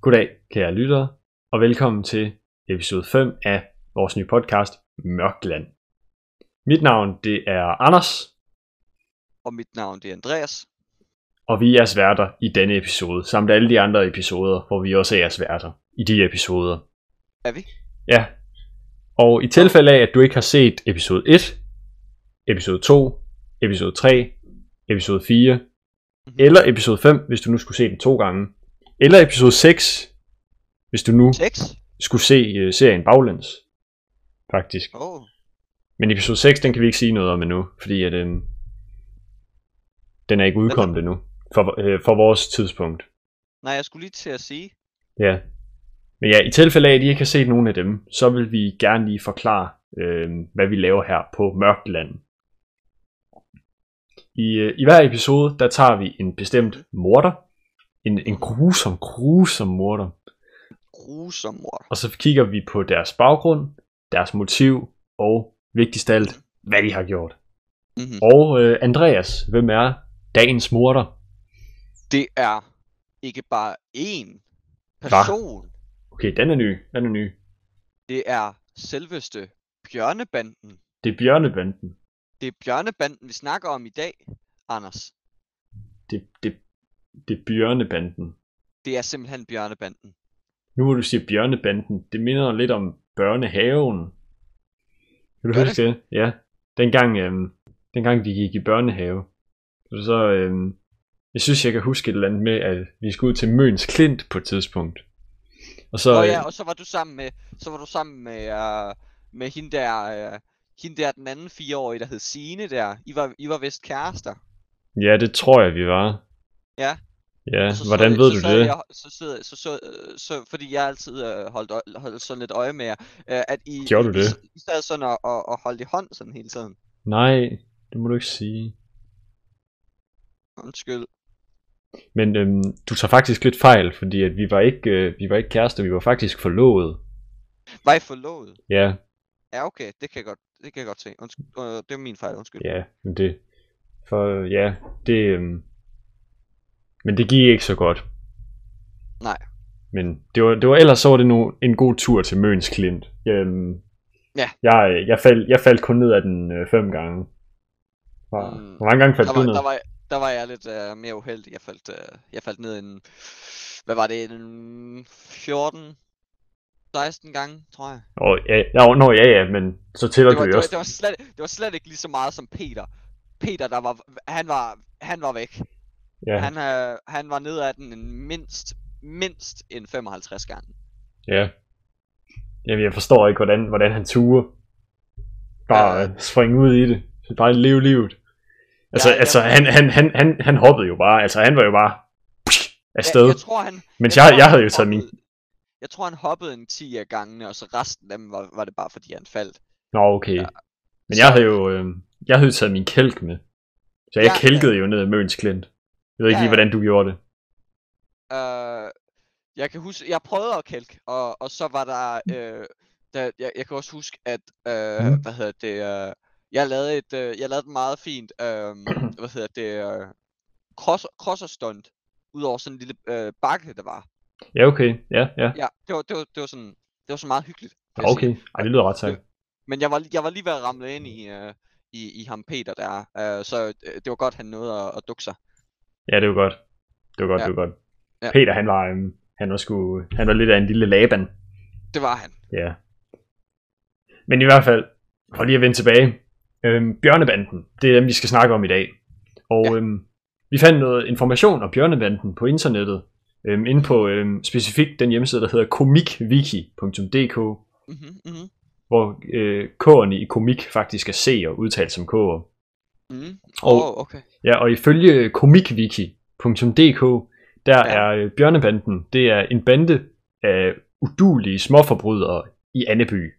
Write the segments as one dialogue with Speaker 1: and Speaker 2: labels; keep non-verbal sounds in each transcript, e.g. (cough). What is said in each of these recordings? Speaker 1: Goddag, kære lyttere, og velkommen til episode 5 af vores nye podcast, Mørkland. Mit navn, det er Anders,
Speaker 2: og mit navn det er Andreas.
Speaker 1: og vi er jeres værter i denne episode, samt alle de andre episoder, hvor vi også er jeres værter i de episoder.
Speaker 2: Er vi?
Speaker 1: Ja. Og i tilfælde af, at du ikke har set episode 1, episode 2, episode 3, episode 4,
Speaker 2: Mhm.
Speaker 1: eller episode 5, hvis du nu skulle se den to gange, eller episode 6, hvis du nu
Speaker 2: 6?
Speaker 1: skulle se øh, serien baglæns, faktisk.
Speaker 2: Åh, oh,
Speaker 1: Men episode 6, den kan vi ikke sige noget om endnu, fordi at, øh, den er ikke udkommet endnu, for, øh, for vores tidspunkt.
Speaker 2: nej, jeg skulle lige til at sige.
Speaker 1: Ja. Men ja, i tilfælde af, at I ikke har set nogen af dem, så vil vi gerne lige forklare, øh, hvad vi laver her på Mørkland. I, øh, I hver episode, der tager vi en bestemt morder, en, en grusom, grusom morder,
Speaker 2: Grusom mor.
Speaker 1: og så kigger vi på deres baggrund, deres motiv, og vigtigst af alt, hvad de har gjort.
Speaker 2: Mm-hmm.
Speaker 1: Og øh, Andreas, hvem er dagens morder?
Speaker 2: Det er ikke bare én person.
Speaker 1: Okay, den er ny, den er ny.
Speaker 2: Det er selveste bjørnebanden.
Speaker 1: Det er Bjørnebanden.
Speaker 2: Det er bjørnebanden, vi snakker om i dag, Anders.
Speaker 1: Det, det, det er Bjørnebanden.
Speaker 2: Det er simpelthen bjørnebanden.
Speaker 1: Nu hvor du siger bjørnebanden, det minder lidt om børnehaven. Kan du
Speaker 2: Gør
Speaker 1: huske det? Ja. Dengang, øhm, dengang vi gik i børnehave. Så, så øhm, jeg synes, jeg kan huske et eller andet med, at vi skulle ud til Møns Klint på et tidspunkt. Og så,
Speaker 2: Så, og
Speaker 1: øh,
Speaker 2: ja, og så var du sammen med, så var du sammen med, uh, med hende der, uh, hende der den anden fireårige, der hed Sine der. I var, I var vist kærester.
Speaker 1: ja, det tror jeg, vi var.
Speaker 2: Ja.
Speaker 1: Ja,
Speaker 2: Og så
Speaker 1: hvordan
Speaker 2: sad-
Speaker 1: ved
Speaker 2: så
Speaker 1: du
Speaker 2: sad
Speaker 1: det?
Speaker 2: Jeg, så, sidder, så, så, øh, så, fordi jeg altid øh, holdt, øj- holdt sådan lidt øje med jer, øh, at I,
Speaker 1: Gjorde
Speaker 2: I,
Speaker 1: du
Speaker 2: I,
Speaker 1: det?
Speaker 2: s- I sad sådan og, og, og holdt i hånd sådan hele tiden.
Speaker 1: Nej, det må du ikke sige.
Speaker 2: Undskyld.
Speaker 1: Men øhm, du tager faktisk lidt fejl, fordi at vi var ikke øh, vi var ikke kærester, vi var faktisk forlovet.
Speaker 2: Var I forlovet?
Speaker 1: Ja,
Speaker 2: Ja, okay, det kan jeg godt, det kan jeg godt se. Undskyld, øh, det var min fejl, undskyld.
Speaker 1: Ja, men det... For øh, ja, det... Øhm, men det gik ikke så godt.
Speaker 2: Nej.
Speaker 1: Men det var, det var ellers så var det nu en god tur til Møns Klint. Øhm,
Speaker 2: Ja.
Speaker 1: Jeg, øh, jeg, fald, jeg faldt kun ned af den øh, fem gange. Hvor,
Speaker 2: Mm.
Speaker 1: hvor mange gange faldt
Speaker 2: der,
Speaker 1: du
Speaker 2: var,
Speaker 1: ned?
Speaker 2: der, var, der var jeg lidt øh, mere uheldig. Jeg faldt, øh, jeg faldt ned en, hvad var det, en 14, 16 gange, tror jeg.
Speaker 1: Åh, ja, ja, nå, ja, ja, men så tæller
Speaker 2: det var,
Speaker 1: du
Speaker 2: det
Speaker 1: jo
Speaker 2: var,
Speaker 1: også.
Speaker 2: det var, slet, det var slet ikke lige så meget som Peter. Peter, der var, han var, han var væk.
Speaker 1: ja,
Speaker 2: Han, øh, han var nede af den en mindst, mindst en 55 gange.
Speaker 1: ja. Jamen, jeg forstår ikke, hvordan, hvordan han turer. Bare
Speaker 2: Ja.
Speaker 1: ja. springe ud i det. Så Bare leve livet. Altså,
Speaker 2: Ja,
Speaker 1: ja,
Speaker 2: ja.
Speaker 1: altså han, han, han, han, han hoppede jo bare. Altså, han var jo bare afsted.
Speaker 2: Jeg,
Speaker 1: Ja,
Speaker 2: jeg tror, han,
Speaker 1: Mens jeg, jeg,
Speaker 2: tror,
Speaker 1: jeg
Speaker 2: han
Speaker 1: havde jo taget min...
Speaker 2: hoppede- Jeg tror, han hoppede en 10 af gangene, og så resten af dem var, var det bare, fordi han faldt.
Speaker 1: Nå, okay.
Speaker 2: Ja.
Speaker 1: Ja. Men jeg
Speaker 2: Så-
Speaker 1: havde jo øh, jeg havde jo taget min kælk med. Så jeg
Speaker 2: Ja,
Speaker 1: ja, kælkede jo ned ad Møns Klint. Jeg ved ikke
Speaker 2: Ja,
Speaker 1: lige,
Speaker 2: ja.
Speaker 1: hvordan du gjorde det.
Speaker 2: Øh, jeg kan huske, jeg prøvede at kælke, og, og så var der,
Speaker 1: Mm.
Speaker 2: øh, der jeg, jeg kan også huske, at, øh,
Speaker 1: Mhm.
Speaker 2: hvad hedder det, øh, jeg lavede et, øh, jeg lavede et meget fint,
Speaker 1: (clears throat)
Speaker 2: øh, hvad hedder det, øh, cross, crosser stunt, ud over sådan en lille øh, bakke, der var.
Speaker 1: Ja, okay. Ja, ja.
Speaker 2: Ja, det var, det var, det var sådan, det var sådan meget hyggeligt.
Speaker 1: Nå,
Speaker 2: vil jeg sige.
Speaker 1: okay. Ej, det lyder ret sejt.
Speaker 2: Men jeg var, lige- jeg var lige ved at ramle ind i, øh, i, i ham Peter der, øh, så øh, det var godt, han nåede at, at dukke sig.
Speaker 1: Ja, det var godt. Det var godt,
Speaker 2: Ja.
Speaker 1: det var godt.
Speaker 2: Ja.
Speaker 1: Peter, han var, øh, han var sgu, han var lidt af en lille laban.
Speaker 2: Det var han.
Speaker 1: Ja. Men i hvert fald, for lige at vende tilbage, øhm, Bjørnebanden, det er dem, vi skal snakke om i dag. Og
Speaker 2: Ja.
Speaker 1: ja. øhm, vi fandt noget information om Bjørnebanden på internettet, øhm, inde på øhm, specifikt den hjemmeside, der hedder komikviki.dk,
Speaker 2: Mm-hmm, mm-hmm,
Speaker 1: hvor øh, K'erne i komik faktisk er C og udtalt som K'er.
Speaker 2: mm-hmm.
Speaker 1: Og,
Speaker 2: Åh, oh, okay.
Speaker 1: Ja, og ifølge komikviki.dk, der ja.
Speaker 2: Ja.
Speaker 1: er øh, Bjørnebanden, det er en bande af udulige småforbrydere i Anneby.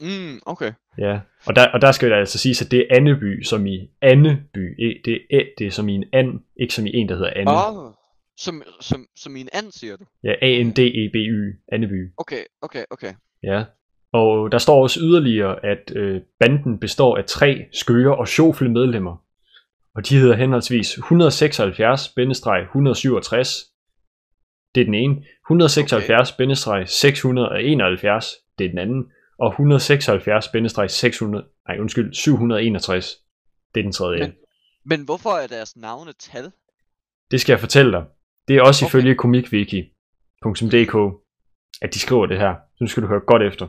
Speaker 2: Mm, okay.
Speaker 1: Ja, og der, og der skal det altså sige, at det er Anneby, som i Anneby. E- Det er, æ, det er som i en and, ikke som i en, der hedder Anne.
Speaker 2: Åh, oh, som, som, som i en and, siger du?
Speaker 1: Ja, E A-N-D-E-B-Y, Anneby.
Speaker 2: Okay, okay, okay.
Speaker 1: Ja. Og der står også yderligere, at øh, banden består af tre skøre og sjofle medlemmer. Og de hedder henholdsvis 176-167. Det er den ene. 176-671, det er den anden. Og 176-600, nej undskyld, 761, det er den tredje.
Speaker 2: Men- Men hvorfor er deres navne tal?
Speaker 1: Det skal jeg fortælle dig. Det er også
Speaker 2: Okay.
Speaker 1: okay. ifølge komikviki.dk, at de skriver det her. Så nu skal du høre godt efter.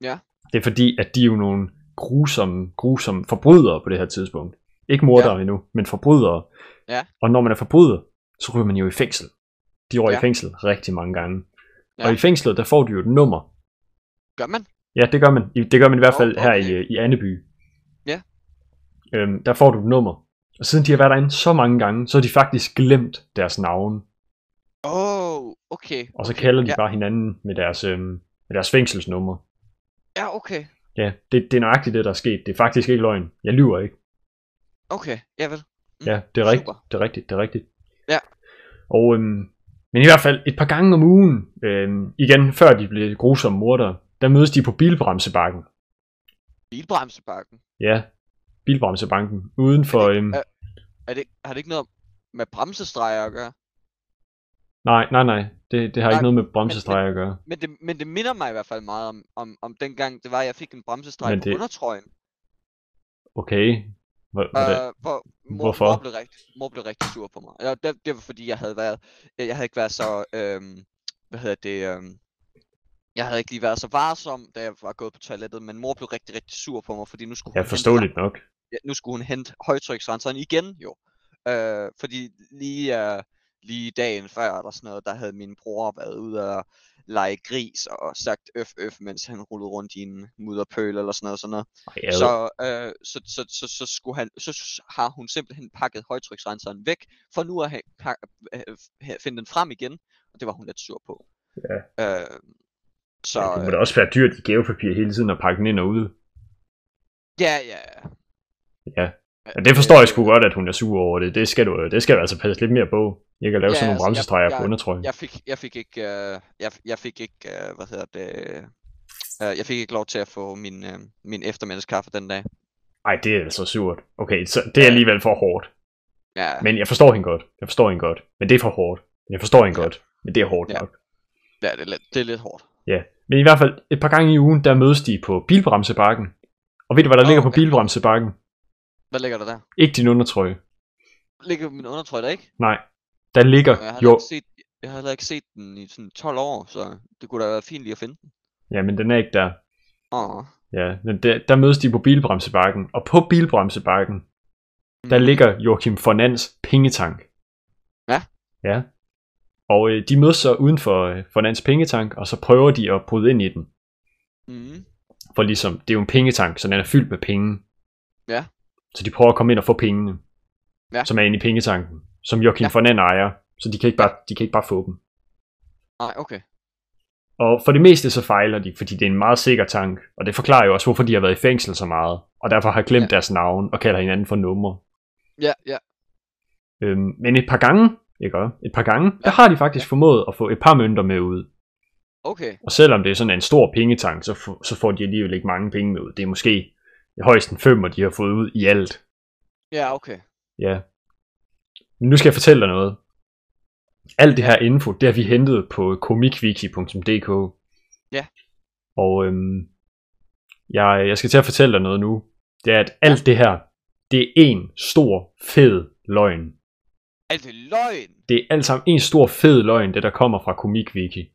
Speaker 2: Ja.
Speaker 1: Det er fordi, at de er jo nogle grusomme, grusomme forbrydere på det her tidspunkt. Ikke mordere ja. endnu, men forbrydere.
Speaker 2: Ja.
Speaker 1: Og når man er forbryder, så ryger man jo i fængsel. De røg ja.
Speaker 2: Ja.
Speaker 1: i fængsel rigtig mange gange. Ja.
Speaker 2: Ja.
Speaker 1: Og i fængslet, der får du jo et nummer.
Speaker 2: Gør man?
Speaker 1: Ja, det gør man. I- Det gør man i hvert
Speaker 2: Nå,
Speaker 1: fald her i,
Speaker 2: okay.
Speaker 1: øh, i Anneby.
Speaker 2: Ja.
Speaker 1: Øhm, der får du et nummer. Og siden de har været derinde så mange gange, så har de faktisk glemt deres navne.
Speaker 2: Åh, oh, okay.
Speaker 1: Og så kalder de
Speaker 2: Ja.
Speaker 1: ja. bare hinanden med deres, øhm, med deres fængselsnummer.
Speaker 2: Ja, okay.
Speaker 1: Ja, det, det er nøjagtigt det, der er sket. Det er faktisk ikke løgn. Jeg lyver ikke.
Speaker 2: Okay, ja vel. Mm,
Speaker 1: Ja, det er rigtigt.
Speaker 2: super.
Speaker 1: Det er rigtigt, det er rigtigt.
Speaker 2: Ja.
Speaker 1: Og, øhm, men i hvert fald et par gange om ugen, øhm, igen før de blev grusomme mordere, der mødes de på bilbremsebakken.
Speaker 2: Bilbremsebakken.
Speaker 1: Ja, bilbremsebanken. Uden for... Øhm,
Speaker 2: er- Er det, har det ikke noget med bremsestreger at gøre?
Speaker 1: nej, nej, nej. Det, det har
Speaker 2: Nej,
Speaker 1: ikke noget med bremsestreger at gøre.
Speaker 2: Men det, men det minder mig i hvert fald meget om, om, om dengang, det var, at jeg fik en bremsestreg
Speaker 1: Men
Speaker 2: på
Speaker 1: det-
Speaker 2: undertrøjen.
Speaker 1: Okay. Hvor, hvordan?
Speaker 2: Øh, hvor mor,
Speaker 1: Hvorfor?
Speaker 2: Mor blev, rigtig, mor blev rigtig sur på mig. Eller, det, det var fordi, jeg havde været, øh, jeg, jeg havde ikke været så, øhm, hvad hedder det, øhm, jeg havde ikke lige været så varsom, da jeg var gået på toilettet, men mor blev rigtig, rigtig sur på mig, fordi nu skulle
Speaker 1: Ja,
Speaker 2: hun hente
Speaker 1: forståeligt nok.
Speaker 2: ja, nu skulle hun hente højtryksrenseren igen jo. Øh, fordi lige, øh, lige dagen før eller sådan noget, der havde min bror været ude og lege gris og sagt øf øf, mens han rullede rundt i en mudderpøl eller sådan noget. Sådan noget.
Speaker 1: Ej,
Speaker 2: Ja,
Speaker 1: ad.
Speaker 2: så, øh, så, så, så, så, skulle han, så s- har hun simpelthen pakket højtryksrenseren væk, for nu at have, pak, øh, øh, finde den frem igen, og det var hun lidt sur på.
Speaker 1: Ja.
Speaker 2: Øh, så,
Speaker 1: Ja, det må
Speaker 2: øh,
Speaker 1: da også være dyrt i gavepapir hele tiden at pakke den ind og ud.
Speaker 2: ja, ja, ja.
Speaker 1: Men det forstår jeg sgu godt, at hun er sur over det. Det skal du, det skal du altså passe lidt mere på. Jeg kan lave
Speaker 2: Ja,
Speaker 1: ja, sådan nogle
Speaker 2: altså, jeg-
Speaker 1: bremsestreger
Speaker 2: jeg-
Speaker 1: på undertrøjen.
Speaker 2: Jeg fik, jeg fik ikke, øh, jeg, jeg fik ikke, øh, hvad hedder det, øh, jeg fik ikke lov til at få min, øh, min eftermiddagskaffe den dag.
Speaker 1: Nej, det er altså surt. Okay, så det er alligevel for hårdt.
Speaker 2: Ja,
Speaker 1: Men jeg forstår hende godt. Jeg forstår hende godt. Men det er for hårdt. Jeg forstår hende
Speaker 2: Ja.
Speaker 1: ja. godt. Men det er hårdt
Speaker 2: Ja.
Speaker 1: ja. nok.
Speaker 2: ja det, er lidt, det er lidt hårdt.
Speaker 1: Ja. Men i hvert fald et par gange i ugen, der mødes de på bilbremsebakken. Og ved du, hvad der
Speaker 2: Nå,
Speaker 1: oh, ligger på
Speaker 2: okay.
Speaker 1: bilbremsebakken?
Speaker 2: Hvad ligger der der?
Speaker 1: Ikke din undertrøje.
Speaker 2: Ligger min undertrøj der ikke?
Speaker 1: Nej. Der ligger
Speaker 2: Jeg har heller
Speaker 1: jo...
Speaker 2: ikke set, jeg har heller ikke set den i sådan 12 år, så det kunne da være fint lige at finde den.
Speaker 1: Ja, men den er ikke der.
Speaker 2: Åh.
Speaker 1: Ja, men der, der mødes de på bilbremsebakken. Og på bilbremsebakken, der
Speaker 2: Mm.
Speaker 1: ligger Joachim Fornans pengetank.
Speaker 2: Ja.
Speaker 1: Ja. Og øh, de mødes så uden for øh, Fornans pengetank, og så prøver de at bryde ind i den.
Speaker 2: Mm.
Speaker 1: For ligesom, det er jo en pengetank, så den er fyldt med penge.
Speaker 2: Ja.
Speaker 1: Så de prøver at komme ind og få pengene,
Speaker 2: Ja.
Speaker 1: som er inde i pengetanken, som Joachim ja.
Speaker 2: Ja.
Speaker 1: Fornan ejer. Så de kan, ikke bare, de kan ikke bare få dem.
Speaker 2: Nej, okay.
Speaker 1: Og for det meste så fejler de, fordi det er en meget sikker tank, og det forklarer jo også, hvorfor de har været i fængsel så meget, og derfor har glemt
Speaker 2: Ja.
Speaker 1: ja. deres navn og kalder hinanden for numre.
Speaker 2: Ja, ja.
Speaker 1: Øhm, men et par gange, ikke også? Et par gange, der har de faktisk formået at få et par mønter med ud.
Speaker 2: Okay.
Speaker 1: Og selvom det er sådan en stor pengetank, så, få- så får de alligevel ikke mange penge med ud. Det er måske højst en femmer, de har fået ud i alt.
Speaker 2: Ja, okay.
Speaker 1: Ja. Men nu skal jeg fortælle dig noget. Alt det her info, det har vi hentet på komikviki.dk.
Speaker 2: Ja.
Speaker 1: Og øhm, jeg, jeg skal til at fortælle dig noget nu. Det er, at alt det her, det er en stor, fed løgn.
Speaker 2: Er det løgn?
Speaker 1: Det er alt sammen en stor fed løgn, det der kommer fra Komikviki.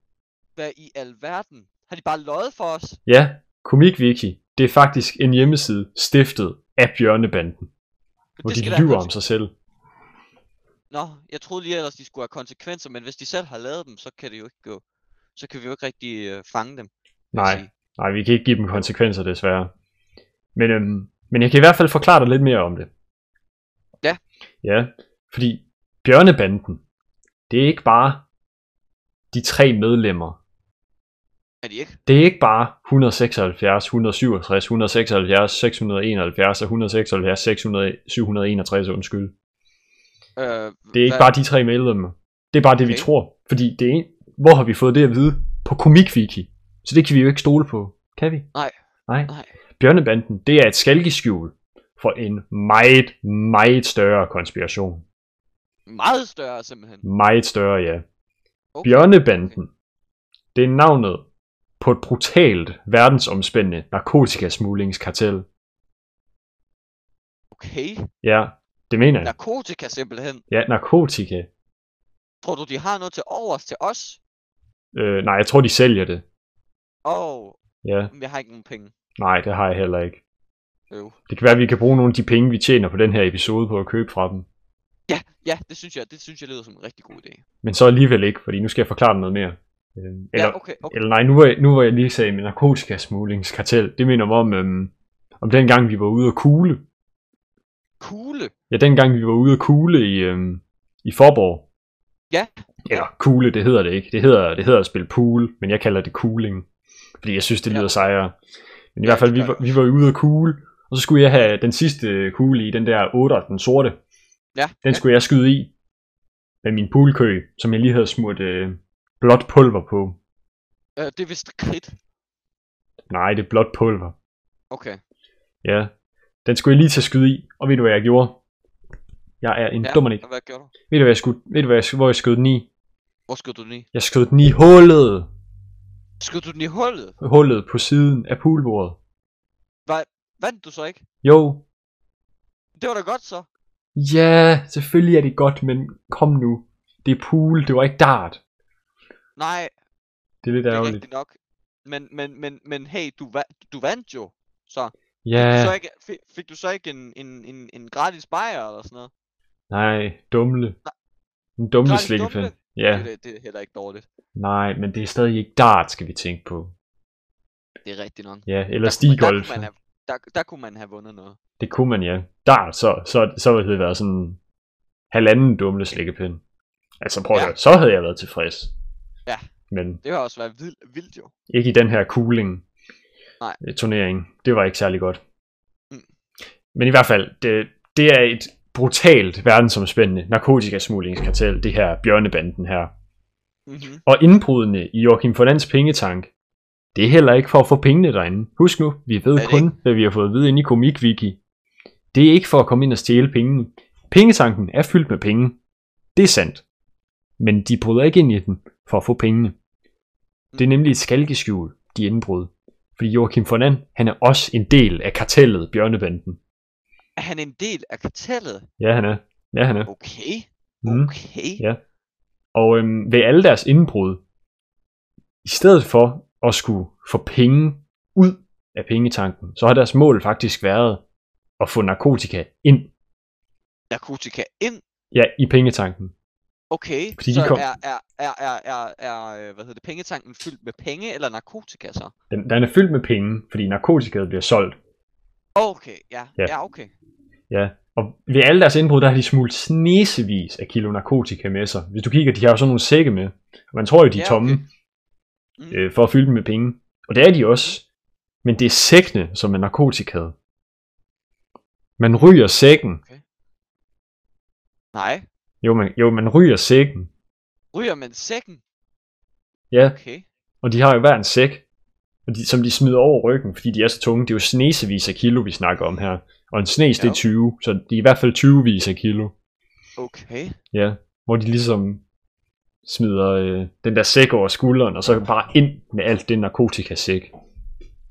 Speaker 2: Hvad i alverden? Har de bare løjet for os?
Speaker 1: Ja, Komikviki, det er faktisk en hjemmeside stiftet af Bjørnebanden, hvor
Speaker 2: Det
Speaker 1: de
Speaker 2: skal der
Speaker 1: lyver
Speaker 2: have
Speaker 1: om sig selv.
Speaker 2: Nå, jeg troede lige ellers, de skulle have konsekvenser, men hvis de selv har lavet dem, så kan det jo ikke gå. Så kan vi jo ikke rigtig øh, fange dem. vil jeg
Speaker 1: Nej.
Speaker 2: sige.
Speaker 1: Nej, vi kan ikke give dem konsekvenser desværre. Men, øhm, men jeg kan i hvert fald forklare dig lidt mere om det.
Speaker 2: Ja.
Speaker 1: Ja, fordi Bjørnebanden, det er ikke bare de tre medlemmer.
Speaker 2: Er de ikke?
Speaker 1: Det er ikke bare 176, 167, 176, 671 og 176, 600, 761, undskyld.
Speaker 2: Øh,
Speaker 1: Det er ikke bare de tre medlemmer. Det er bare det, okay. vi
Speaker 2: Okay.
Speaker 1: tror. Fordi det er en... Hvor har vi fået det at vide? På Komikviki. Så det kan vi jo ikke stole på. Kan vi?
Speaker 2: Nej.
Speaker 1: Nej.
Speaker 2: Nej.
Speaker 1: Bjørnebanden, det er et skalkeskjul for en meget, meget større konspiration.
Speaker 2: Meget større, simpelthen.
Speaker 1: Meget større, ja.
Speaker 2: Okay.
Speaker 1: Bjørnebanden. Det er navnet på et brutalt, verdensomspændende narkotikasmuglingskartel.
Speaker 2: Okay.
Speaker 1: Ja, det mener jeg.
Speaker 2: Narkotika simpelthen.
Speaker 1: Ja, narkotika.
Speaker 2: Tror du, de har noget til overs til os?
Speaker 1: Øh, nej, jeg tror, de sælger det.
Speaker 2: Åh, oh,
Speaker 1: Ja,
Speaker 2: jeg har ikke nogen penge.
Speaker 1: nej, det har jeg heller ikke.
Speaker 2: Øv.
Speaker 1: Det kan være, at vi kan bruge nogle af de penge, vi tjener på den her episode på at købe fra dem.
Speaker 2: Ja, ja, det synes jeg, det synes jeg lyder som en rigtig god idé.
Speaker 1: Men så alligevel ikke, fordi nu skal jeg forklare dem noget mere. Øh, eller,
Speaker 2: ja, okay, okay.
Speaker 1: eller nej, nu var, jeg, nu var jeg lige sagde med narkotikasmuglingskartel. Det minder mig om, øhm, om dengang vi var ude at kugle.
Speaker 2: Kugle.
Speaker 1: Ja, dengang vi var ude at kugle i, øhm, i Forborg.
Speaker 2: Ja.
Speaker 1: Eller kugle, det hedder det ikke. Det hedder, det hedder at spille pool, men jeg kalder det kugling. Fordi jeg synes, det
Speaker 2: Ja.
Speaker 1: lyder sejere. Men i
Speaker 2: Ja,
Speaker 1: hvert fald,
Speaker 2: det
Speaker 1: vi
Speaker 2: gør
Speaker 1: var,
Speaker 2: det
Speaker 1: vi var jo ude at kugle, og så skulle jeg have den sidste kugle i, den der 8, den sorte.
Speaker 2: Ja,
Speaker 1: Den
Speaker 2: ja.
Speaker 1: skulle jeg skyde i med min poolkø, som jeg lige havde smurt øh, blåt pulver på.
Speaker 2: Øh, det er vist krit.
Speaker 1: Nej, det er blåt pulver.
Speaker 2: Okay.
Speaker 1: Ja. Den skulle jeg lige til at skyde i, og ved du, hvad jeg gjorde? Jeg er en ja. dummer ikke.
Speaker 2: og hvad gjorde du?
Speaker 1: Ved du, hvad jeg skulle, ved du, hvad jeg, hvor jeg skød den i?
Speaker 2: Hvor skød du den i?
Speaker 1: Jeg skød den i hullet.
Speaker 2: Skød du den i hullet?
Speaker 1: Hullet på siden af poolbordet.
Speaker 2: Vandt du så ikke?
Speaker 1: Jo.
Speaker 2: Det var da godt så.
Speaker 1: Ja, selvfølgelig er det godt, men kom nu. Det er pool, det var ikke dart.
Speaker 2: Nej,
Speaker 1: Det er lidt
Speaker 2: det er
Speaker 1: ærgerligt.
Speaker 2: rigtigt nok. Men, men, men, men hey, du, va- du vandt jo. Så fik, du så
Speaker 1: Ja,
Speaker 2: ikke, fik, fik du så ikke en, en, en, en gratis bajer eller sådan noget?
Speaker 1: nej, dumle. En dumle
Speaker 2: Gratis
Speaker 1: slikkepind.
Speaker 2: dumle?
Speaker 1: Ja,
Speaker 2: Det, er- det er heller ikke dårligt.
Speaker 1: nej, men det er stadig ikke dart, skal vi tænke på.
Speaker 2: Det er rigtigt nok.
Speaker 1: Ja, eller
Speaker 2: kunne, man- der,
Speaker 1: stigolf.
Speaker 2: kunne man have, der, der kunne man have vundet noget.
Speaker 1: Det kunne man, ja. Der, så, så, så havde det været sådan halvanden dumle slikkepind. Altså prøv at
Speaker 2: Ja.
Speaker 1: høre, så havde jeg været tilfreds.
Speaker 2: Ja.
Speaker 1: Men
Speaker 2: Det har også været vildt, vildt jo.
Speaker 1: ikke i den her cooling øh,
Speaker 2: Nej.
Speaker 1: turnering. Det var ikke særlig godt.
Speaker 2: Mm.
Speaker 1: Men i hvert fald, det, det er et brutalt verdensomspændende narkotikasmuglingskartel, det her bjørnebanden her.
Speaker 2: Mm-hmm.
Speaker 1: Og indbrudene i Joachim Forlands pengetank, det er heller ikke for at få pengene derinde. Husk nu, vi ved
Speaker 2: Er det
Speaker 1: kun, hvad vi har fået at vide inde i Komikviki. Det er ikke for at komme ind og stjæle pengene. Pengetanken er fyldt med penge. Det er sandt. Men de bryder ikke ind i den for at få pengene.
Speaker 2: Mm.
Speaker 1: Det er nemlig et skalkeskjul, de indbrud. Fordi Joachim Fornand, han er også en del af kartellet Bjørnebanden.
Speaker 2: Er han en del af kartellet?
Speaker 1: Ja, han er. Ja, han er.
Speaker 2: Okay,
Speaker 1: Mm.
Speaker 2: okay.
Speaker 1: Ja. Og øhm, ved alle deres indbrud, i stedet for at skulle få penge ud af pengetanken, så har deres mål faktisk været at få narkotika ind
Speaker 2: Narkotika ind.
Speaker 1: ja, i pengetanken.
Speaker 2: Okay,
Speaker 1: Fordi de
Speaker 2: så
Speaker 1: kom-
Speaker 2: er, er, er, er, er, er, øh, hvad hedder det, pengetanken fyldt med penge eller narkotika så?
Speaker 1: Den, den er fyldt med penge, fordi narkotikaet bliver solgt.
Speaker 2: Okay, ja,
Speaker 1: Ja.
Speaker 2: ja, ja okay.
Speaker 1: Ja. Og ved alle deres indbrud, der har de smult snesevis af kilo narkotika med sig. Hvis du kigger, de har jo sådan nogle sække med. Og man tror jo, de er
Speaker 2: Ja,
Speaker 1: tomme
Speaker 2: okay. Mm.
Speaker 1: øh, for at fylde dem med penge. Og det er de også. Men det er sækkene, som er narkotikaet. Man ryger sækken,
Speaker 2: Nej,
Speaker 1: Jo, man, jo, man ryger sækken.
Speaker 2: ryger man sækken?
Speaker 1: Ja,
Speaker 2: Okay.
Speaker 1: og de har jo hver en sæk, og de, som de smider over ryggen, fordi de er så tunge. Det er jo snesevis af kilo, vi snakker om her. Og en snes, det
Speaker 2: Ja.
Speaker 1: er 20, så de er i hvert fald 20 vis af kilo.
Speaker 2: Okay.
Speaker 1: Ja, hvor de ligesom smider øh, den der sæk over skulderen, og så bare ind med alt det narkotikasæk.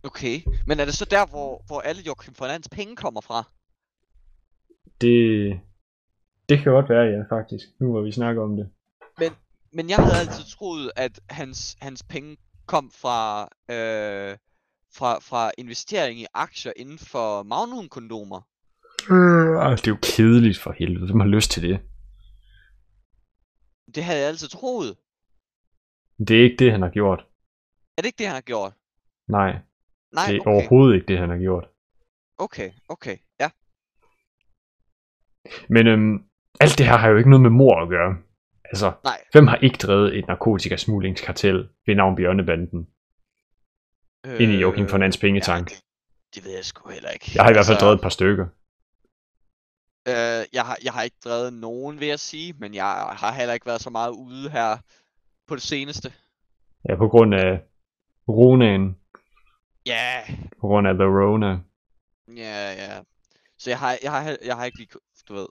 Speaker 2: Okay. Men er det så der, hvor, hvor alle Joachim Fernandes penge kommer fra?
Speaker 1: Det, det kan godt være, ja, faktisk, nu hvor vi snakker om det.
Speaker 2: Men jeg havde altid troet, at hans, hans penge kom fra, øh, fra, fra investering i aktier inden for Magnum-kondomer.
Speaker 1: Øh, det er jo kedeligt for helvede, hvem har lyst til det?
Speaker 2: Det havde jeg altid troet.
Speaker 1: Det er ikke det, han har gjort.
Speaker 2: Er det ikke det, han har gjort?
Speaker 1: Nej,
Speaker 2: Nej,
Speaker 1: det er
Speaker 2: okay.
Speaker 1: overhovedet ikke det, han har gjort.
Speaker 2: Okay, okay. Ja,
Speaker 1: Men øhm, alt det her har jo ikke noget med mor at gøre. Altså,
Speaker 2: nej.
Speaker 1: hvem har ikke drevet et narkotikasmuglingskartel ved navn Bjørnebanden øh, ind i Joachim Fornands pengetank?
Speaker 2: Ja, det, altså- det ved jeg sgu heller ikke.
Speaker 1: Jeg har i hvert fald drevet et par stykker.
Speaker 2: Øh, jeg, har, jeg har ikke drevet nogen, vil jeg sige, men jeg har heller ikke været så meget ude her på det seneste.
Speaker 1: Ja, på grund af coronaen,
Speaker 2: Ja,
Speaker 1: på grund af Verona.
Speaker 2: ja, ja. Så jeg har, jeg har, hel- jeg har ikke lige, ku- du ved,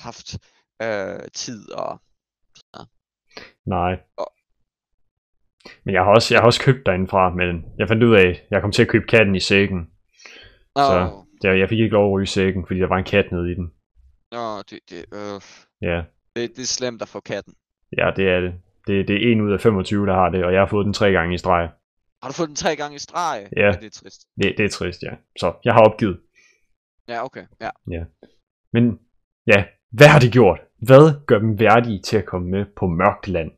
Speaker 2: haft øh, tid og...
Speaker 1: Nej, Men jeg har også, jeg har også købt derindefra, men jeg fandt ud af, jeg kom til at købe katten i sækken.
Speaker 2: Nå,
Speaker 1: Så- Jeg, jeg fik ikke lov at ryge sækken, fordi der var en kat nede i den.
Speaker 2: nå det, det, øh,
Speaker 1: Ja,
Speaker 2: det, det er slemt at få katten.
Speaker 1: ja det er det. det. Det er en ud af 25, der har det, og jeg har fået den tre gange i streg.
Speaker 2: Har du fået den tre gange i streg?
Speaker 1: Ja.
Speaker 2: Det er trist.
Speaker 1: Det, det er trist, ja. Så jeg har opgivet.
Speaker 2: Ja, okay. Ja.
Speaker 1: Men ja, hvad har de gjort? Hvad gør dem værdige til at komme med på mørkt land?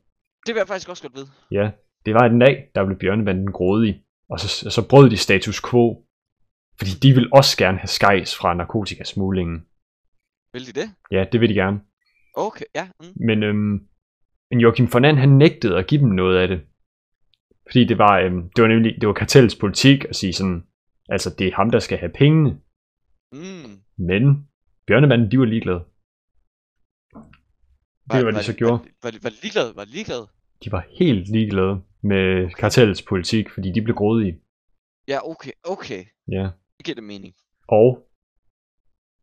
Speaker 2: Det vil jeg faktisk også godt vide.
Speaker 1: Det var en dag, der blev bjørnevanden grådig, og så, så brød de status quo, fordi de vil også gerne have skejs fra narkotikasmuglingen.
Speaker 2: Vil de det?
Speaker 1: Ja, det vil de gerne.
Speaker 2: Okay, ja. Mm.
Speaker 1: Men, øhm, men Joachim Fernand, han nægtede at give dem noget af det. Fordi det var, øhm, det var nemlig det var kartellets politik at sige sådan, altså det er ham, der skal have pengene,
Speaker 2: Mm.
Speaker 1: men bjørnemanden, de var ligeglade. Det var, de så gjorde.
Speaker 2: Var, var, var ligeglad, var ligeglad.
Speaker 1: De var helt ligeglade med okay. kartellets politik, fordi de blev grådige.
Speaker 2: Ja, okay, okay.
Speaker 1: Ja.
Speaker 2: Det giver det mening.
Speaker 1: Og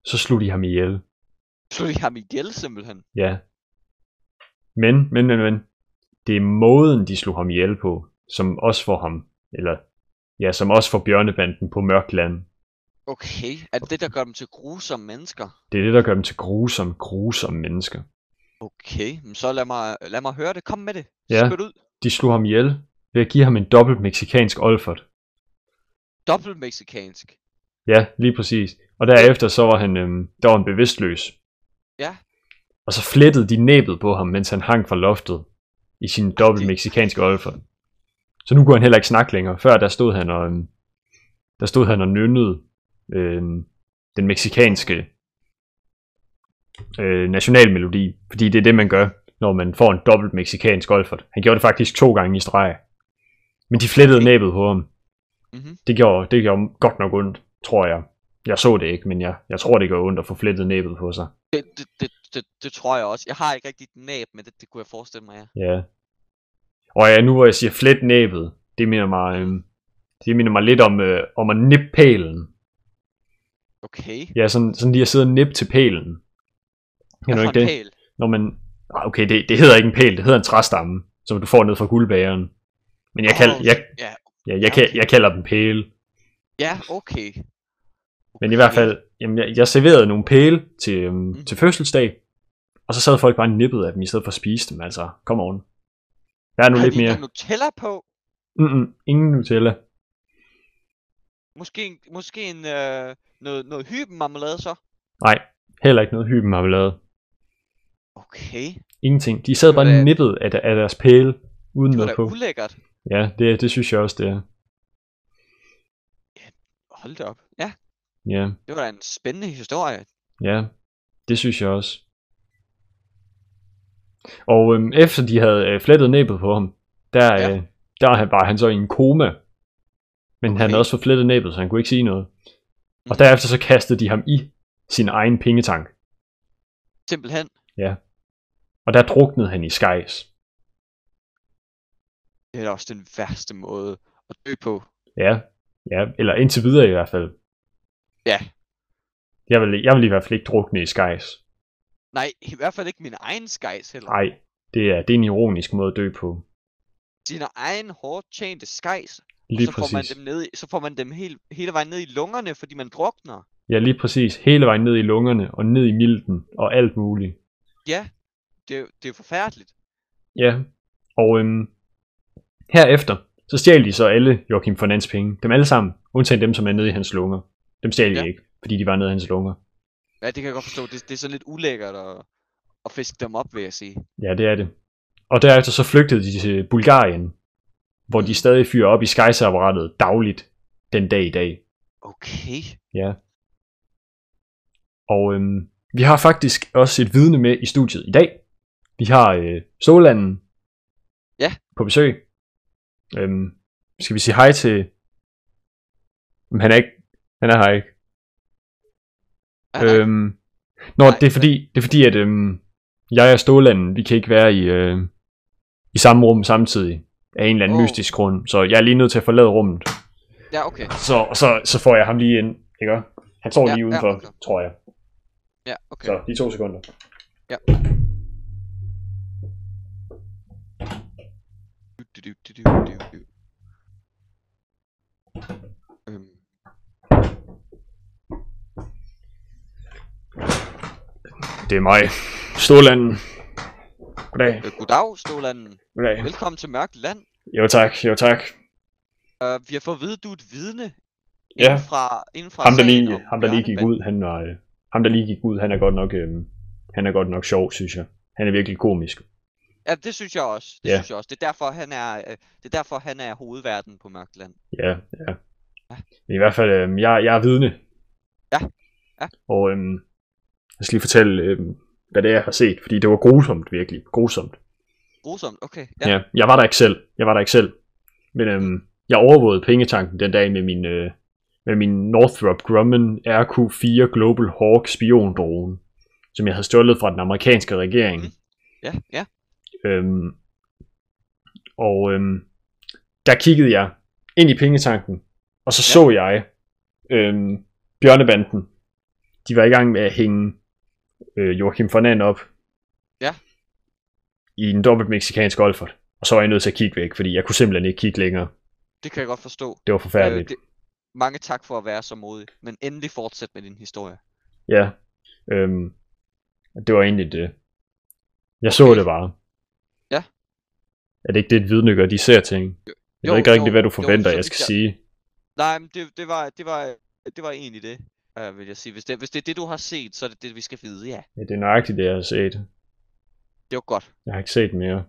Speaker 1: så slog de ham ihjel.
Speaker 2: Så de ham ihjel simpelthen.
Speaker 1: Ja. Men, men, men, men, det er måden, de slog ham ihjel på, som også får ham, eller ja, som også får bjørnebanden på mørkt land.
Speaker 2: Okay, er det det, der gør dem til grusomme mennesker?
Speaker 1: Det er det, der gør dem til grusomme, grusomme mennesker.
Speaker 2: Okay, men så lad mig, lad mig høre det. Kom med det.
Speaker 1: Ja.
Speaker 2: Spyt ud.
Speaker 1: De slog ham ihjel ved at give ham en dobbelt meksikansk olfert.
Speaker 2: Dobbelt mexicansk.
Speaker 1: Ja, lige præcis. Og derefter så var han, øhm, der var han bevidstløs.
Speaker 2: Ja.
Speaker 1: Og så flettede de næbet på ham, mens han hang fra loftet i sin dobbelt meksikanske olfert. Så nu kunne han heller ikke snakke længere. Før der stod han og, øhm, der stod han og nynnede øhm, den meksikanske øh, nationalmelodi. Fordi det er det, man gør, når man får en dobbelt meksikansk olfert. Han gjorde det faktisk to gange i streg. Men de flettede næbet på ham.
Speaker 2: Mhm.
Speaker 1: Det gjorde, det gjorde godt nok ondt, tror jeg. Jeg så det ikke, men jeg, jeg tror, det gjorde ondt at få flettet næbet på sig.
Speaker 2: Det, det, det, det, det, tror jeg også. Jeg har ikke rigtig et næb, men det, det kunne jeg forestille mig, ja.
Speaker 1: Ja. Og ja, nu hvor jeg siger flet næbet, det minder mig, øhm, det minder mig lidt om, øh, om at nippe pælen.
Speaker 2: Okay.
Speaker 1: Ja, sådan, sådan lige at sidde og nippe til pælen. Kan du
Speaker 2: Hvad for
Speaker 1: ikke
Speaker 2: en
Speaker 1: det?
Speaker 2: pæl?
Speaker 1: Når man... Ah, Okay, det, det hedder ikke en pæl, det hedder en træstamme, som du får ned fra guldbæren. Men jeg, kald,
Speaker 2: Åh,
Speaker 1: jeg,
Speaker 2: Ja,
Speaker 1: ja, jeg, jeg, jeg kalder dem pæle.
Speaker 2: ja okay.
Speaker 1: Men i hvert fald, jamen, jeg, jeg serverede nogle pæle til, øhm,
Speaker 2: Mhm.
Speaker 1: mm. til fødselsdag, og så sad folk bare og nippede af dem, i stedet for at spise dem, altså, kom on. Der er nu
Speaker 2: Har
Speaker 1: lidt
Speaker 2: de
Speaker 1: mere.
Speaker 2: lagt Nutella på?
Speaker 1: Mm-mm, ingen Nutella.
Speaker 2: Måske, en, måske en, øh, noget, noget hybenmarmelade så?
Speaker 1: Nej, heller ikke noget hyben marmelade.
Speaker 2: Okay,
Speaker 1: Ingenting. De sad
Speaker 2: Det var
Speaker 1: bare
Speaker 2: da-
Speaker 1: og nippede af, af deres pæle, uden
Speaker 2: det var
Speaker 1: noget
Speaker 2: da
Speaker 1: på.
Speaker 2: ulækkert.
Speaker 1: Ja, det, det synes jeg også, det er.
Speaker 2: Hold da op. Ja,
Speaker 1: Ja,
Speaker 2: det var da en spændende historie.
Speaker 1: ja, det synes jeg også. Og øhm, efter de havde øh, flettet næbet på ham, der,
Speaker 2: Ja.
Speaker 1: øh, der han- var han så i en koma. Men okay. han
Speaker 2: Okay.
Speaker 1: havde også fået flettet næbet, så han kunne ikke sige noget. Og
Speaker 2: Mhm.
Speaker 1: derefter så kastede de ham i sin egen pengetank,
Speaker 2: Simpelthen.
Speaker 1: og der druknede han i skejs.
Speaker 2: Det er da også den værste måde at dø på.
Speaker 1: Ja, ja, eller indtil videre i hvert fald.
Speaker 2: Ja.
Speaker 1: Jeg vil, jeg vil i hvert fald ikke drukne i skejs.
Speaker 2: Nej, i hvert fald ikke min egen skejs heller.
Speaker 1: Nej, det er, det er en ironisk måde at dø på.
Speaker 2: Sine egen hårdt tjente skejs. og
Speaker 1: Lige
Speaker 2: så får man
Speaker 1: præcis.
Speaker 2: dem, ned, i- så får man dem hele, hele vejen ned i lungerne, fordi man drukner.
Speaker 1: Ja, lige præcis. Hele vejen ned i lungerne og ned i milten og alt muligt.
Speaker 2: Det, er jo- det er jo forfærdeligt.
Speaker 1: Ja, og øhm, herefter, så stjal de så alle Joachim Fernands penge. Dem alle sammen, undtagen dem, som er nede i hans lunger. Dem stjal de
Speaker 2: Ja.
Speaker 1: ikke, fordi de var nede i hans lunger.
Speaker 2: Ja, det kan jeg godt forstå. Det, det er sådan lidt ulækkert at, at fiske dem op, vil jeg sige.
Speaker 1: Ja, det er det. Og derefter så flygtede de til Bulgarien, hvor de stadig fyrer op i skejseapparatet dagligt den dag i dag.
Speaker 2: Okay.
Speaker 1: Og øhm, vi har faktisk også et vidne med i studiet i dag. Vi har øh, Solanden
Speaker 2: Ja.
Speaker 1: på besøg. Øhm, skal vi sige hej til... Men han er ikke... Han er her ikke.
Speaker 2: Ja, nej.
Speaker 1: Øhm, Nå,
Speaker 2: Nej,
Speaker 1: det er fordi, det er fordi at øhm, jeg og Stålanden, vi kan ikke være i, øh, i samme rum samtidig af en eller anden
Speaker 2: Åh.
Speaker 1: oh. mystisk grund, så jeg er lige nødt til at forlade rummet.
Speaker 2: Ja, okay.
Speaker 1: Så, så, så får jeg ham lige ind, ikke? også? Han står
Speaker 2: Ja,
Speaker 1: ja, lige
Speaker 2: ja,
Speaker 1: udenfor,
Speaker 2: okay.
Speaker 1: ja, tror jeg.
Speaker 2: Ja, okay.
Speaker 1: Så, lige to sekunder.
Speaker 2: Ja. du, du, du, du, du, du. Øhm.
Speaker 1: Det er mig. Storlanden. Goddag.
Speaker 2: Øh, goddag, Stolanden.
Speaker 1: Goddag.
Speaker 2: Velkommen til Mørkt Land.
Speaker 1: Jo tak, jo tak.
Speaker 2: Øh, vi har fået at vide, at du er et vidne.
Speaker 1: Ja.
Speaker 2: Inden fra, inden fra
Speaker 1: Ham der
Speaker 2: sagen
Speaker 1: lige,
Speaker 2: om
Speaker 1: ham, der lige gik
Speaker 2: Bjørnebanen.
Speaker 1: ud, han var, øh, ham der lige gik ud, han er godt nok, øh, han er godt nok sjov, synes jeg. Han er virkelig komisk.
Speaker 2: Ja, det synes jeg også. Det
Speaker 1: Ja.
Speaker 2: synes jeg også. Det er derfor, han er, øh, det er derfor, han er hovedverden på Mørkt Land.
Speaker 1: Ja, ja. Men I hvert fald, øh, jeg, jeg er vidne.
Speaker 2: Ja, ja.
Speaker 1: Og øh, jeg skal lige fortælle, øh, hvad det er, jeg har set, fordi det var grusomt, virkelig. Grusomt.
Speaker 2: Grusomt, okay. Ja.
Speaker 1: Ja. ja. Jeg var der ikke selv. Jeg var der ikke selv. Men øhm, jeg overvågede pengetanken den dag med min, øh, med min Northrop Grumman RQ4 Global Hawk spiondrone, som jeg havde stjålet fra den amerikanske regering.
Speaker 2: Mhm. ja, ja.
Speaker 1: Øhm, og øhm, der kiggede jeg ind i pengetanken, og så så jeg øhm, bjørnebanden. De var i gang med at hænge øh, Joachim Fernand op
Speaker 2: Ja.
Speaker 1: i en dobbelt meksikansk Olfert. Og så var jeg nødt til at kigge væk, fordi jeg kunne simpelthen ikke kigge længere.
Speaker 2: Det kan jeg godt forstå. Øh,
Speaker 1: Det var forfærdeligt.
Speaker 2: det, mange tak for at være så modig, men endelig fortsæt med din historie.
Speaker 1: Ja. Øhm, det var egentlig det. Jeg så
Speaker 2: Okay.
Speaker 1: det bare.
Speaker 2: Ja.
Speaker 1: Er det ikke det, et vidne gør? De ser ting. Jeg
Speaker 2: Jo,
Speaker 1: ved ikke rigtig,
Speaker 2: jo,
Speaker 1: hvad du
Speaker 2: jo,
Speaker 1: forventer,
Speaker 2: så
Speaker 1: jeg
Speaker 2: vidt
Speaker 1: skal
Speaker 2: jeg-
Speaker 1: sige.
Speaker 2: Nej, men det, det, var, det, var, det var egentlig det, øh, vil jeg sige. Hvis det, hvis det er det, du har set, så er det det, vi skal vide, ja.
Speaker 1: Ja, det er nøjagtigt, det jeg har set.
Speaker 2: Det var godt.
Speaker 1: Jeg har ikke set mere.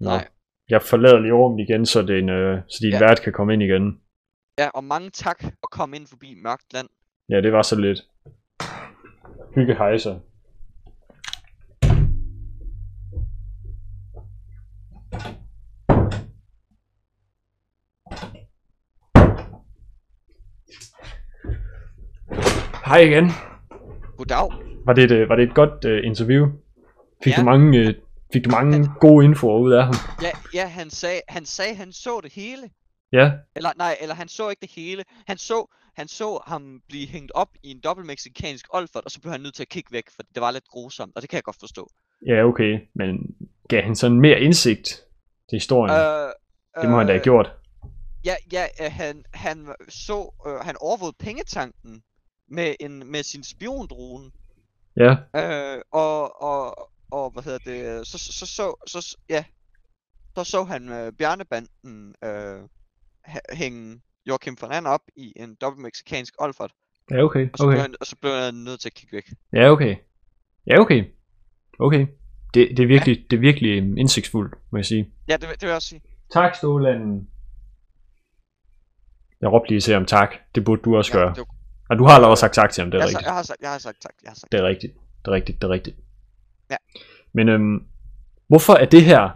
Speaker 1: Nå.
Speaker 2: Nej.
Speaker 1: Jeg forlader lige rummet igen, så din, øh, så din
Speaker 2: Ja.
Speaker 1: ja. vært kan komme ind igen.
Speaker 2: Ja, og mange tak for at komme ind forbi Mørkt Land.
Speaker 1: Ja, det var så lidt. Hygge hejser. Hej igen.
Speaker 2: Goddag.
Speaker 1: Var det et, øh, var det et godt øh, interview? Fik,
Speaker 2: Ja.
Speaker 1: ja. du mange, øh, fik du mange gode infoer ud af ham?
Speaker 2: Ja, ja han, sagde, han sagde, han så det hele.
Speaker 1: Ja,
Speaker 2: Eller nej, eller han så ikke det hele. Han så, han så ham blive hængt op i en dobbelt meksikansk olfert, og så blev han nødt til at kigge væk, for det var lidt grusomt, og det kan jeg godt forstå.
Speaker 1: Ja, okay, men gav han sådan mere indsigt til historien? Uh,
Speaker 2: Øh,
Speaker 1: det må han da have gjort.
Speaker 2: Ja, ja øh, han, han så, øh, han overvågede pengetanken med, en, med sin spiondrone.
Speaker 1: Ja,
Speaker 2: Øh, og, og, og, hvad hedder det, øh, så så, så, så, så, så ja, så så han øh, bjørnebanden øh, hæ- hænge Joachim Fernand op i en dobbelt meksikansk olfert,
Speaker 1: ja okay,
Speaker 2: og så, blev
Speaker 1: okay.
Speaker 2: han, og så blev han nødt til at kigge væk.
Speaker 1: Ja, okay. Ja, okay. Okay. Det, det, er, virkelig, det er virkelig øhm, indsigtsfuldt, må jeg sige.
Speaker 2: Ja, det, vil- det vil jeg også sige.
Speaker 1: Tak, Stålanden. Jeg råbte lige til ham tak. Det burde du også
Speaker 2: Ja,
Speaker 1: gøre.
Speaker 2: det var,
Speaker 1: Og du har allerede sagt tak til ham, det er
Speaker 2: jeg, har sagt,
Speaker 1: rigtigt.
Speaker 2: jeg, har sagt, jeg har sagt tak, jeg har sagt
Speaker 1: Det er rigtigt. Det er rigtigt, det er rigtigt.
Speaker 2: Ja.
Speaker 1: Men øhm, hvorfor er det her,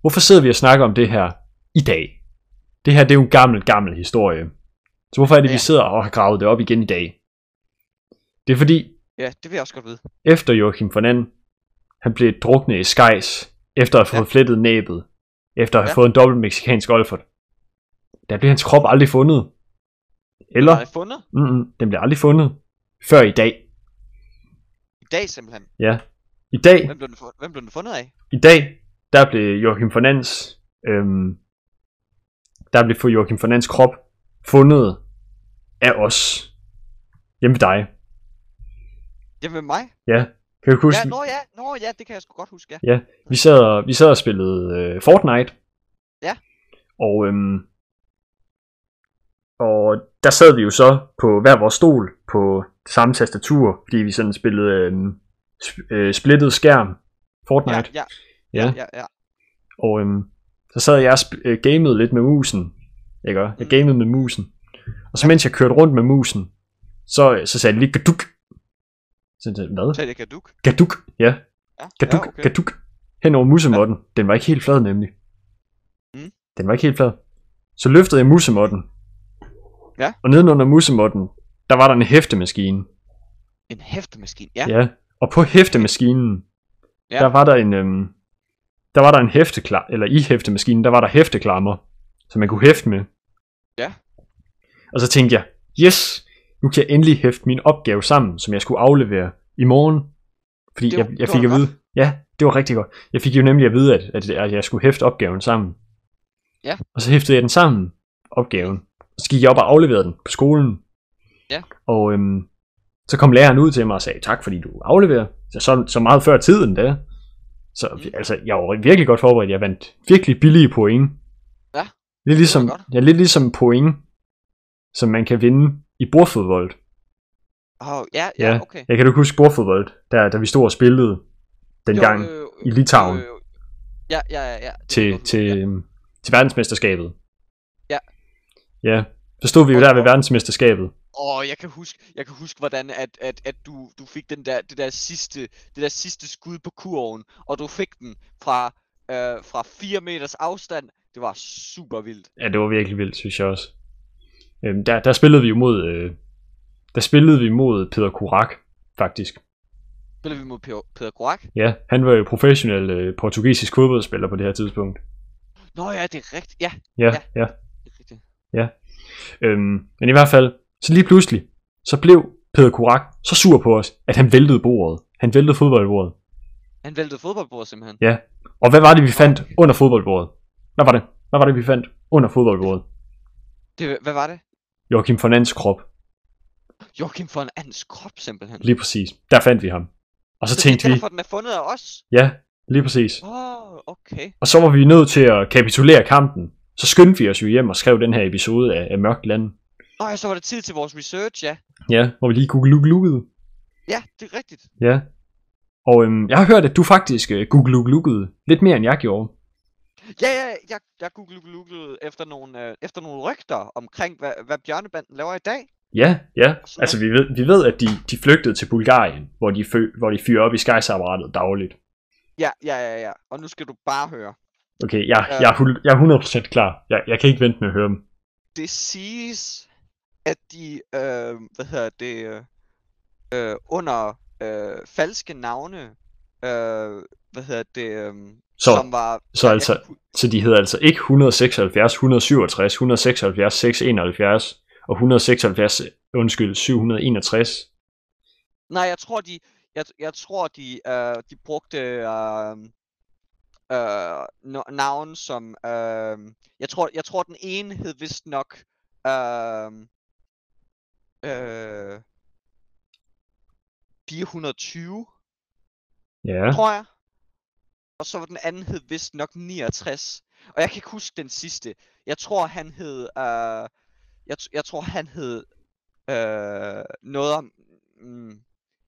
Speaker 1: hvorfor sidder vi og snakker om det her i dag? Det her, det er jo en gammel, gammel historie. Så hvorfor er det,
Speaker 2: Ja.
Speaker 1: vi sidder og har gravet det op igen i dag? Det er fordi,
Speaker 2: Ja, det vil jeg også godt vide.
Speaker 1: efter Joachim Fernand, han blev druknet i skejs, efter at have
Speaker 2: Ja.
Speaker 1: fået flettet næbet, efter at have
Speaker 2: Ja.
Speaker 1: fået en dobbelt meksikansk olfert. Der blev hans krop aldrig fundet. Eller,
Speaker 2: Har jeg fundet?
Speaker 1: mm, den blev aldrig fundet, før i dag.
Speaker 2: I dag simpelthen.
Speaker 1: I dag,
Speaker 2: Hvem blev den, fu- hvem blev den fundet af?
Speaker 1: I dag, der blev Joachim Fernands, øhm, der blev for Joachim Fernands krop fundet af os. Hjemme ved dig.
Speaker 2: Jamen med mig?
Speaker 1: Kan du huske,
Speaker 2: Ja, nå ja, nå ja, det kan jeg sgu godt huske, ja.
Speaker 1: vi, sad og, vi sad og spillede øh, Fortnite.
Speaker 2: Ja.
Speaker 1: Og, øhm, og der sad vi jo så på hver vores stol på det samme tastatur, fordi vi sådan spillede øhm, sp- øh, splittet skærm Fortnite.
Speaker 2: Ja, ja,
Speaker 1: Ja.
Speaker 2: ja, ja.
Speaker 1: Og øhm, så sad jeg og sp- øh, gamede lidt med musen. Ikke? også? Jeg
Speaker 2: Mm.
Speaker 1: gamede med musen. Og så mens jeg kørte rundt med musen, så, så sagde jeg lige gaduk. Så jeg sagde, hvad?
Speaker 2: Så er det Gaduk.
Speaker 1: Gaduk, ja.
Speaker 2: Ja,
Speaker 1: Gaduk,
Speaker 2: ja, okay.
Speaker 1: gaduk. Hen over musemotten. Den var ikke helt flad nemlig.
Speaker 2: Mm.
Speaker 1: Den var ikke helt flad. Så løftede jeg musemotten.
Speaker 2: Ja.
Speaker 1: Og nedenunder musemotten, der var der en hæftemaskine.
Speaker 2: En hæftemaskine, ja.
Speaker 1: Ja, og på hæftemaskinen,
Speaker 2: Ja.
Speaker 1: ja. der var der en, øhm, der var der en hæfteklar, eller i hæftemaskinen, der var der hæfteklammer, som man kunne hæfte med.
Speaker 2: Ja.
Speaker 1: Og så tænkte jeg, yes, nu kan jeg endelig hæfte min opgave sammen, som jeg skulle aflevere i morgen. Fordi
Speaker 2: Det
Speaker 1: jeg,
Speaker 2: var-
Speaker 1: jeg
Speaker 2: det
Speaker 1: fik
Speaker 2: var
Speaker 1: at vide, ja, Det var rigtig godt. Jeg fik jo nemlig at vide, at, at, at jeg skulle hæfte opgaven sammen.
Speaker 2: Ja.
Speaker 1: Og så hæftede jeg den sammen, opgaven. Og så gik jeg op og afleverede den på skolen.
Speaker 2: Ja.
Speaker 1: Og øhm, så kom læreren ud til mig og sagde, tak fordi du afleverer. Så, så, så meget før tiden der. Så
Speaker 2: Mm.
Speaker 1: mm. altså, jeg var virkelig godt forberedt. Jeg vandt virkelig billige point.
Speaker 2: Ja,
Speaker 1: Lidt ligesom,
Speaker 2: godt.
Speaker 1: ja, lidt ligesom point, som man kan vinde i bordfodbold.
Speaker 2: Åh, oh, ja, ja,
Speaker 1: Ja.
Speaker 2: okay.
Speaker 1: Jeg kan du ikke huske bordfodbold, der, der vi stod og spillede dengang
Speaker 2: Jo, øh,
Speaker 1: i Litauen.
Speaker 2: jo, jo. Ja, ja, ja. ja. det
Speaker 1: til,
Speaker 2: kan jeg godt
Speaker 1: til,
Speaker 2: huske,
Speaker 1: ja. til verdensmesterskabet.
Speaker 2: Ja.
Speaker 1: Ja, så stod vi jo
Speaker 2: Og-
Speaker 1: der ved
Speaker 2: og-
Speaker 1: verdensmesterskabet.
Speaker 2: Åh, jeg kan huske, jeg kan huske hvordan at, at, at du, du fik den der, det der sidste, det der sidste skud på kurven, og du fik den fra, øh, fra 4 meters afstand. Det var super vildt.
Speaker 1: Ja, det var virkelig vildt, synes jeg også. Øhm, der, der spillede vi jo mod, øh, der spillede vi mod Peter Kurak, faktisk.
Speaker 2: Spiller vi mod Pe- Peter Korak?
Speaker 1: Ja, han var jo professionel øh, portugisisk fodboldspiller på det her tidspunkt.
Speaker 2: Nå ja, det er rigtigt. Ja,
Speaker 1: Ja,
Speaker 2: Ja.
Speaker 1: ja. ja.
Speaker 2: det er rigtigt.
Speaker 1: Øhm, men i hvert fald, så lige pludselig, så blev Peter Kurak så sur på os, at han væltede bordet. Han væltede fodboldbordet.
Speaker 2: Han væltede fodboldbordet simpelthen.
Speaker 1: Og hvad var det, vi fandt under fodboldbordet? Hvad var det? Hvad var det, vi fandt under fodboldbordet?
Speaker 2: Det, hvad var det?
Speaker 1: Joachim Fernandes krop.
Speaker 2: Joachim von Ands krop simpelthen.
Speaker 1: Lige præcis. Der fandt vi ham. Og så,
Speaker 2: det er
Speaker 1: tænkte vi,
Speaker 2: derfor, den er fundet af os.
Speaker 1: ja, lige præcis.
Speaker 2: Åh, oh, okay.
Speaker 1: Og så var vi nødt til at kapitulere kampen. Så skyndte vi os jo hjem og skrev den her episode af, af Mørkt Land.
Speaker 2: Nå ja, så var det tid til vores research, ja.
Speaker 1: Ja, hvor vi lige google
Speaker 2: Ja, det er rigtigt.
Speaker 1: Ja. Og øhm, jeg har hørt, at du faktisk øh, google lidt mere end jeg gjorde.
Speaker 2: Ja, ja, jeg, jeg googlede, googlede efter, nogle, øh, efter nogle rygter omkring, hvad, hvad Bjørnebanden laver i dag.
Speaker 1: Ja, ja. Altså vi ved, vi ved at de, de flygtede til Bulgarien, hvor de, fø, hvor de fyrer op i skysapparatet dagligt.
Speaker 2: Ja, ja, ja, ja. Og nu skal du bare høre.
Speaker 1: Okay, jeg, jeg, er, hul- jeg er 100% klar. Jeg, jeg kan ikke vente med at høre dem.
Speaker 2: Det siges, at de, øh, hvad hedder det, øh, øh, under øh, falske navne, øh, hvad hedder det, øh,
Speaker 1: Så,
Speaker 2: som var...
Speaker 1: så altså,
Speaker 2: jeg kan hu-
Speaker 1: Så de hedder altså ikke 176, 167, 176, 671 og 176, undskyld, 761.
Speaker 2: Nej, jeg tror, de, jeg, jeg tror, de, øh, de brugte øh, øh, no- navn som... Øh, jeg, tror, jeg tror, den ene hed vist nok... Øh, øh, 420,
Speaker 1: Ja,
Speaker 2: tror jeg. Og så var den anden hed vist nok 69. Og jeg kan ikke huske den sidste. Jeg tror, han hed... Øh, jeg, t- jeg tror, han hed... Øh, noget om... Mm,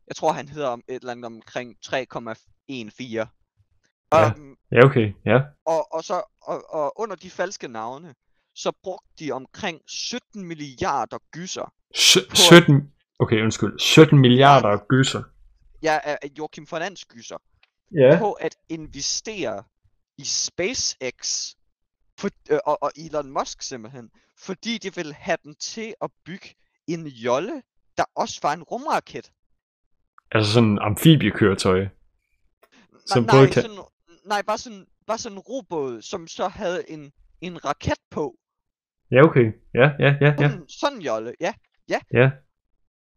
Speaker 2: jeg tror, han hedder om et eller andet omkring 3,14.
Speaker 1: Ja.
Speaker 2: Um,
Speaker 1: ja okay, ja.
Speaker 2: og, og, så, og, og under de falske navne, så brugte de omkring 17 milliarder gyser
Speaker 1: Sy- 17, okay, undskyld, 17 milliarder af gyser.
Speaker 2: ja, af af Joachim von Ands gyser,
Speaker 1: Ja,
Speaker 2: på at investere i SpaceX for, øh, og, og Elon Musk simpelthen, fordi de ville have dem til at bygge en jolle, der også var en rumraket.
Speaker 1: altså sådan en amfibiekøretøj.
Speaker 2: Nej,
Speaker 1: Som
Speaker 2: nej,
Speaker 1: både kan-
Speaker 2: sådan, nej bare, sådan, bare sådan en robåd, som så havde en, en raket på.
Speaker 1: Ja, okay, ja, ja, ja, ja,
Speaker 2: Sådan, sådan en jolle, ja.
Speaker 1: ja.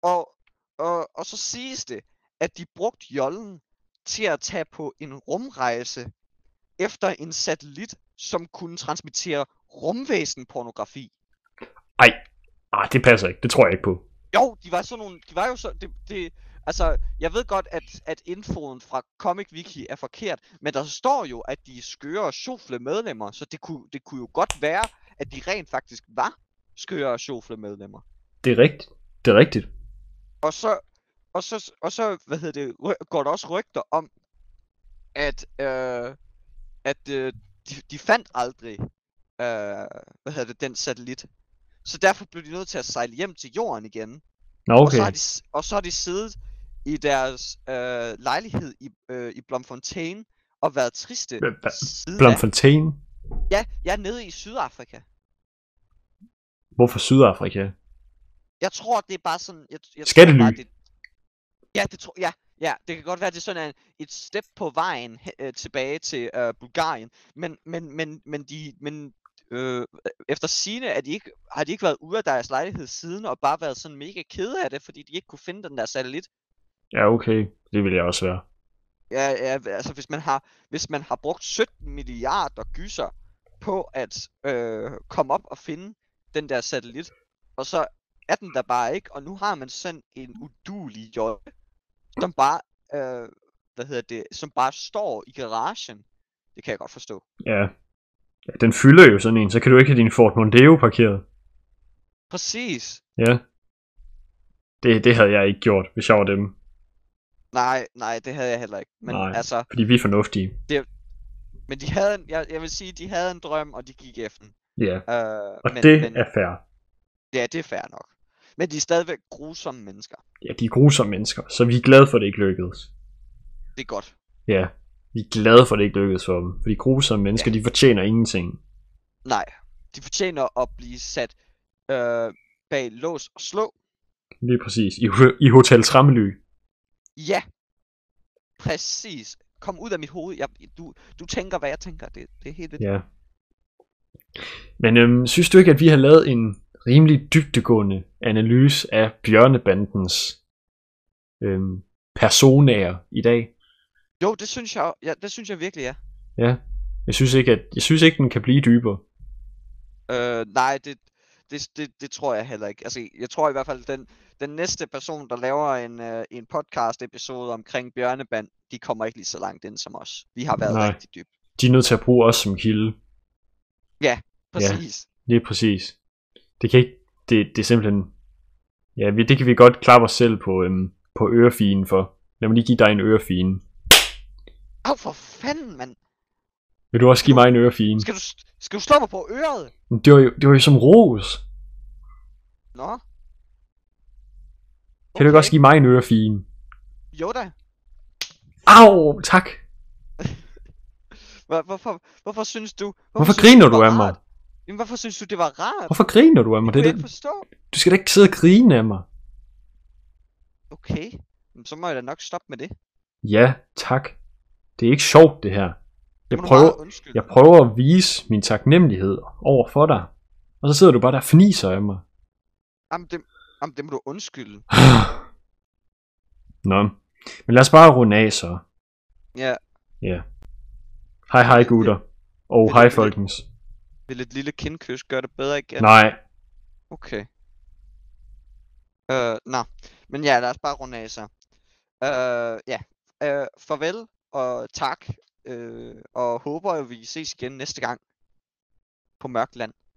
Speaker 2: Og, og, og så siges det, at de brugte jollen til at tage på en rumrejse efter en satellit, som kunne transmittere rumvæsenpornografi.
Speaker 1: Ah, det passer ikke, det tror jeg ikke på.
Speaker 2: Jo, de var sådan nogle, de var jo så, det, det, altså, jeg ved godt, at, at infoen fra Comic Wiki er forkert, men der står jo, at de er skøre og sjofle medlemmer, så det kunne, det kunne jo godt være, at de rent faktisk var skøre og sjofle medlemmer.
Speaker 1: Det er rigtigt, det er rigtigt.
Speaker 2: Og så, og så, og så hvad hedder det, ry- går der også rygter om, at, øh, at øh, de, de fandt aldrig, øh, hvad hedder det, den satellit. Så derfor blev de nødt til at sejle hjem til jorden igen.
Speaker 1: Nå,
Speaker 2: Og, så
Speaker 1: okay,
Speaker 2: har de, s- og så har de siddet i deres øh, lejlighed i, øh, i Blomfontein og været triste
Speaker 1: Hva- hva-
Speaker 2: siden da.
Speaker 1: Blomfontein,
Speaker 2: Ja, jeg er nede i Sydafrika.
Speaker 1: hvorfor Sydafrika?
Speaker 2: Jeg tror, det er bare sådan... Jeg, jeg
Speaker 1: Skattely.
Speaker 2: Tror bare, det... Ja, det tror ja, ja, det kan godt være, det er sådan en, et step på vejen he- øh, tilbage til øh, Bulgarien. Men, men, men, men, de, men øh, efter sine er de ikke, har de ikke været ude af deres lejlighed siden, og bare været sådan mega kede af det, fordi de ikke kunne finde den der satellit.
Speaker 1: Ja, okay, det vil jeg også være.
Speaker 2: Ja, ja, altså hvis man har, hvis man har brugt 17 milliarder gyser på at øh, komme op og finde den der satellit, og så er den der bare ikke, og nu har man sådan en udulig jolle, som bare, øh, hvad hedder det, som bare står i garagen. Det kan jeg godt forstå.
Speaker 1: Ja. ja. Den fylder jo sådan en, så kan du ikke have din Ford Mondeo parkeret.
Speaker 2: Præcis.
Speaker 1: Ja. Det, det havde jeg ikke gjort, hvis jeg var dem.
Speaker 2: Nej, nej, det havde jeg heller ikke. Men
Speaker 1: Nej.
Speaker 2: nej. altså,
Speaker 1: Fordi vi er fornuftige.
Speaker 2: men de havde, en, jeg, jeg vil sige, de havde en drøm, og de gik efter den.
Speaker 1: Ja.
Speaker 2: Øh,
Speaker 1: Og
Speaker 2: men,
Speaker 1: det
Speaker 2: men,
Speaker 1: er fair.
Speaker 2: Ja, det er fair nok. Men de er stadigvæk grusomme mennesker.
Speaker 1: Ja, de er grusomme mennesker, så vi er glade for, at det ikke lykkedes.
Speaker 2: Det er godt.
Speaker 1: Ja. Vi er glade for, at det ikke lykkedes for dem. Fordi grusomme mennesker, ja. de fortjener ingenting.
Speaker 2: Nej, de fortjener at blive sat øh, bag lås og slå.
Speaker 1: Lige præcis. I, ho- i Hotel Trammely.
Speaker 2: Ja, præcis. Kom ud af mit hoved. Jeg, du, du tænker, hvad jeg tænker. Det, det er helt vildt.
Speaker 1: Ja. Men øhm, synes du ikke, at vi har lavet en rimelig dybtegående analyse af bjørnebandens øhm, personaer i dag?
Speaker 2: Jo, det synes jeg, ja, det synes jeg virkelig, ja.
Speaker 1: Ja. Jeg synes ikke, at jeg synes ikke, den kan blive dybere.
Speaker 2: Øh, nej, det, det, det, det tror jeg heller ikke. Altså, jeg tror i hvert fald, den, den næste person, der laver en, øh, en podcast-episode omkring Bjørneband, de kommer ikke lige så langt ind som os. Vi har været
Speaker 1: Nej.
Speaker 2: rigtig dybt.
Speaker 1: De er nødt til at bruge os som kilde.
Speaker 2: Præcis.
Speaker 1: Lige præcis. Det kan ikke, det, det er simpelthen, ja, vi, det kan vi godt klappe os selv på, øhm, på ørefinen for. Lad mig lige give dig en ørefine.
Speaker 2: Au, for fanden, mand!
Speaker 1: Vil du også give mig en ørefine?
Speaker 2: Skal du, skal du slå mig på øret?
Speaker 1: Men Det var jo, det var jo som ros.
Speaker 2: Nå. Okay.
Speaker 1: Kan du ikke også give mig en ørefine?
Speaker 2: Jo da.
Speaker 1: Au, tak.
Speaker 2: Hvor, hvorfor, hvorfor synes du... Hvorfor,
Speaker 1: Hvorfor
Speaker 2: synes
Speaker 1: griner
Speaker 2: det
Speaker 1: du
Speaker 2: var
Speaker 1: af mig?
Speaker 2: rart? Jamen, hvorfor synes du, det var rart?
Speaker 1: Hvorfor griner du af mig? Det,
Speaker 2: Det kan jeg
Speaker 1: er
Speaker 2: ikke
Speaker 1: det,
Speaker 2: forstå.
Speaker 1: du skal da ikke sidde og grine af mig.
Speaker 2: Okay. Jamen, så må jeg da nok stoppe med det.
Speaker 1: Ja, tak. Det er ikke sjovt, det her.
Speaker 2: Det
Speaker 1: Jeg
Speaker 2: må du
Speaker 1: prøver,
Speaker 2: meget undskylde.
Speaker 1: jeg prøver at vise min taknemmelighed over for dig. Og så sidder du bare der og fniser af mig.
Speaker 2: Jamen, det, jamen, det må du undskylde.
Speaker 1: (sighs) Nå, men lad os bare runde af så.
Speaker 2: Ja,
Speaker 1: Hej hej gutter. Og
Speaker 2: det-
Speaker 1: hej
Speaker 2: det-
Speaker 1: folkens.
Speaker 2: vil et lille kindkys gøre det bedre igen?
Speaker 1: Nej,
Speaker 2: Okay. Øh, nå. Men ja, lad os bare runde af så. Øh, ja. Øh, farvel og tak. Øh, og håber, at vi ses igen næste gang på Mørkland.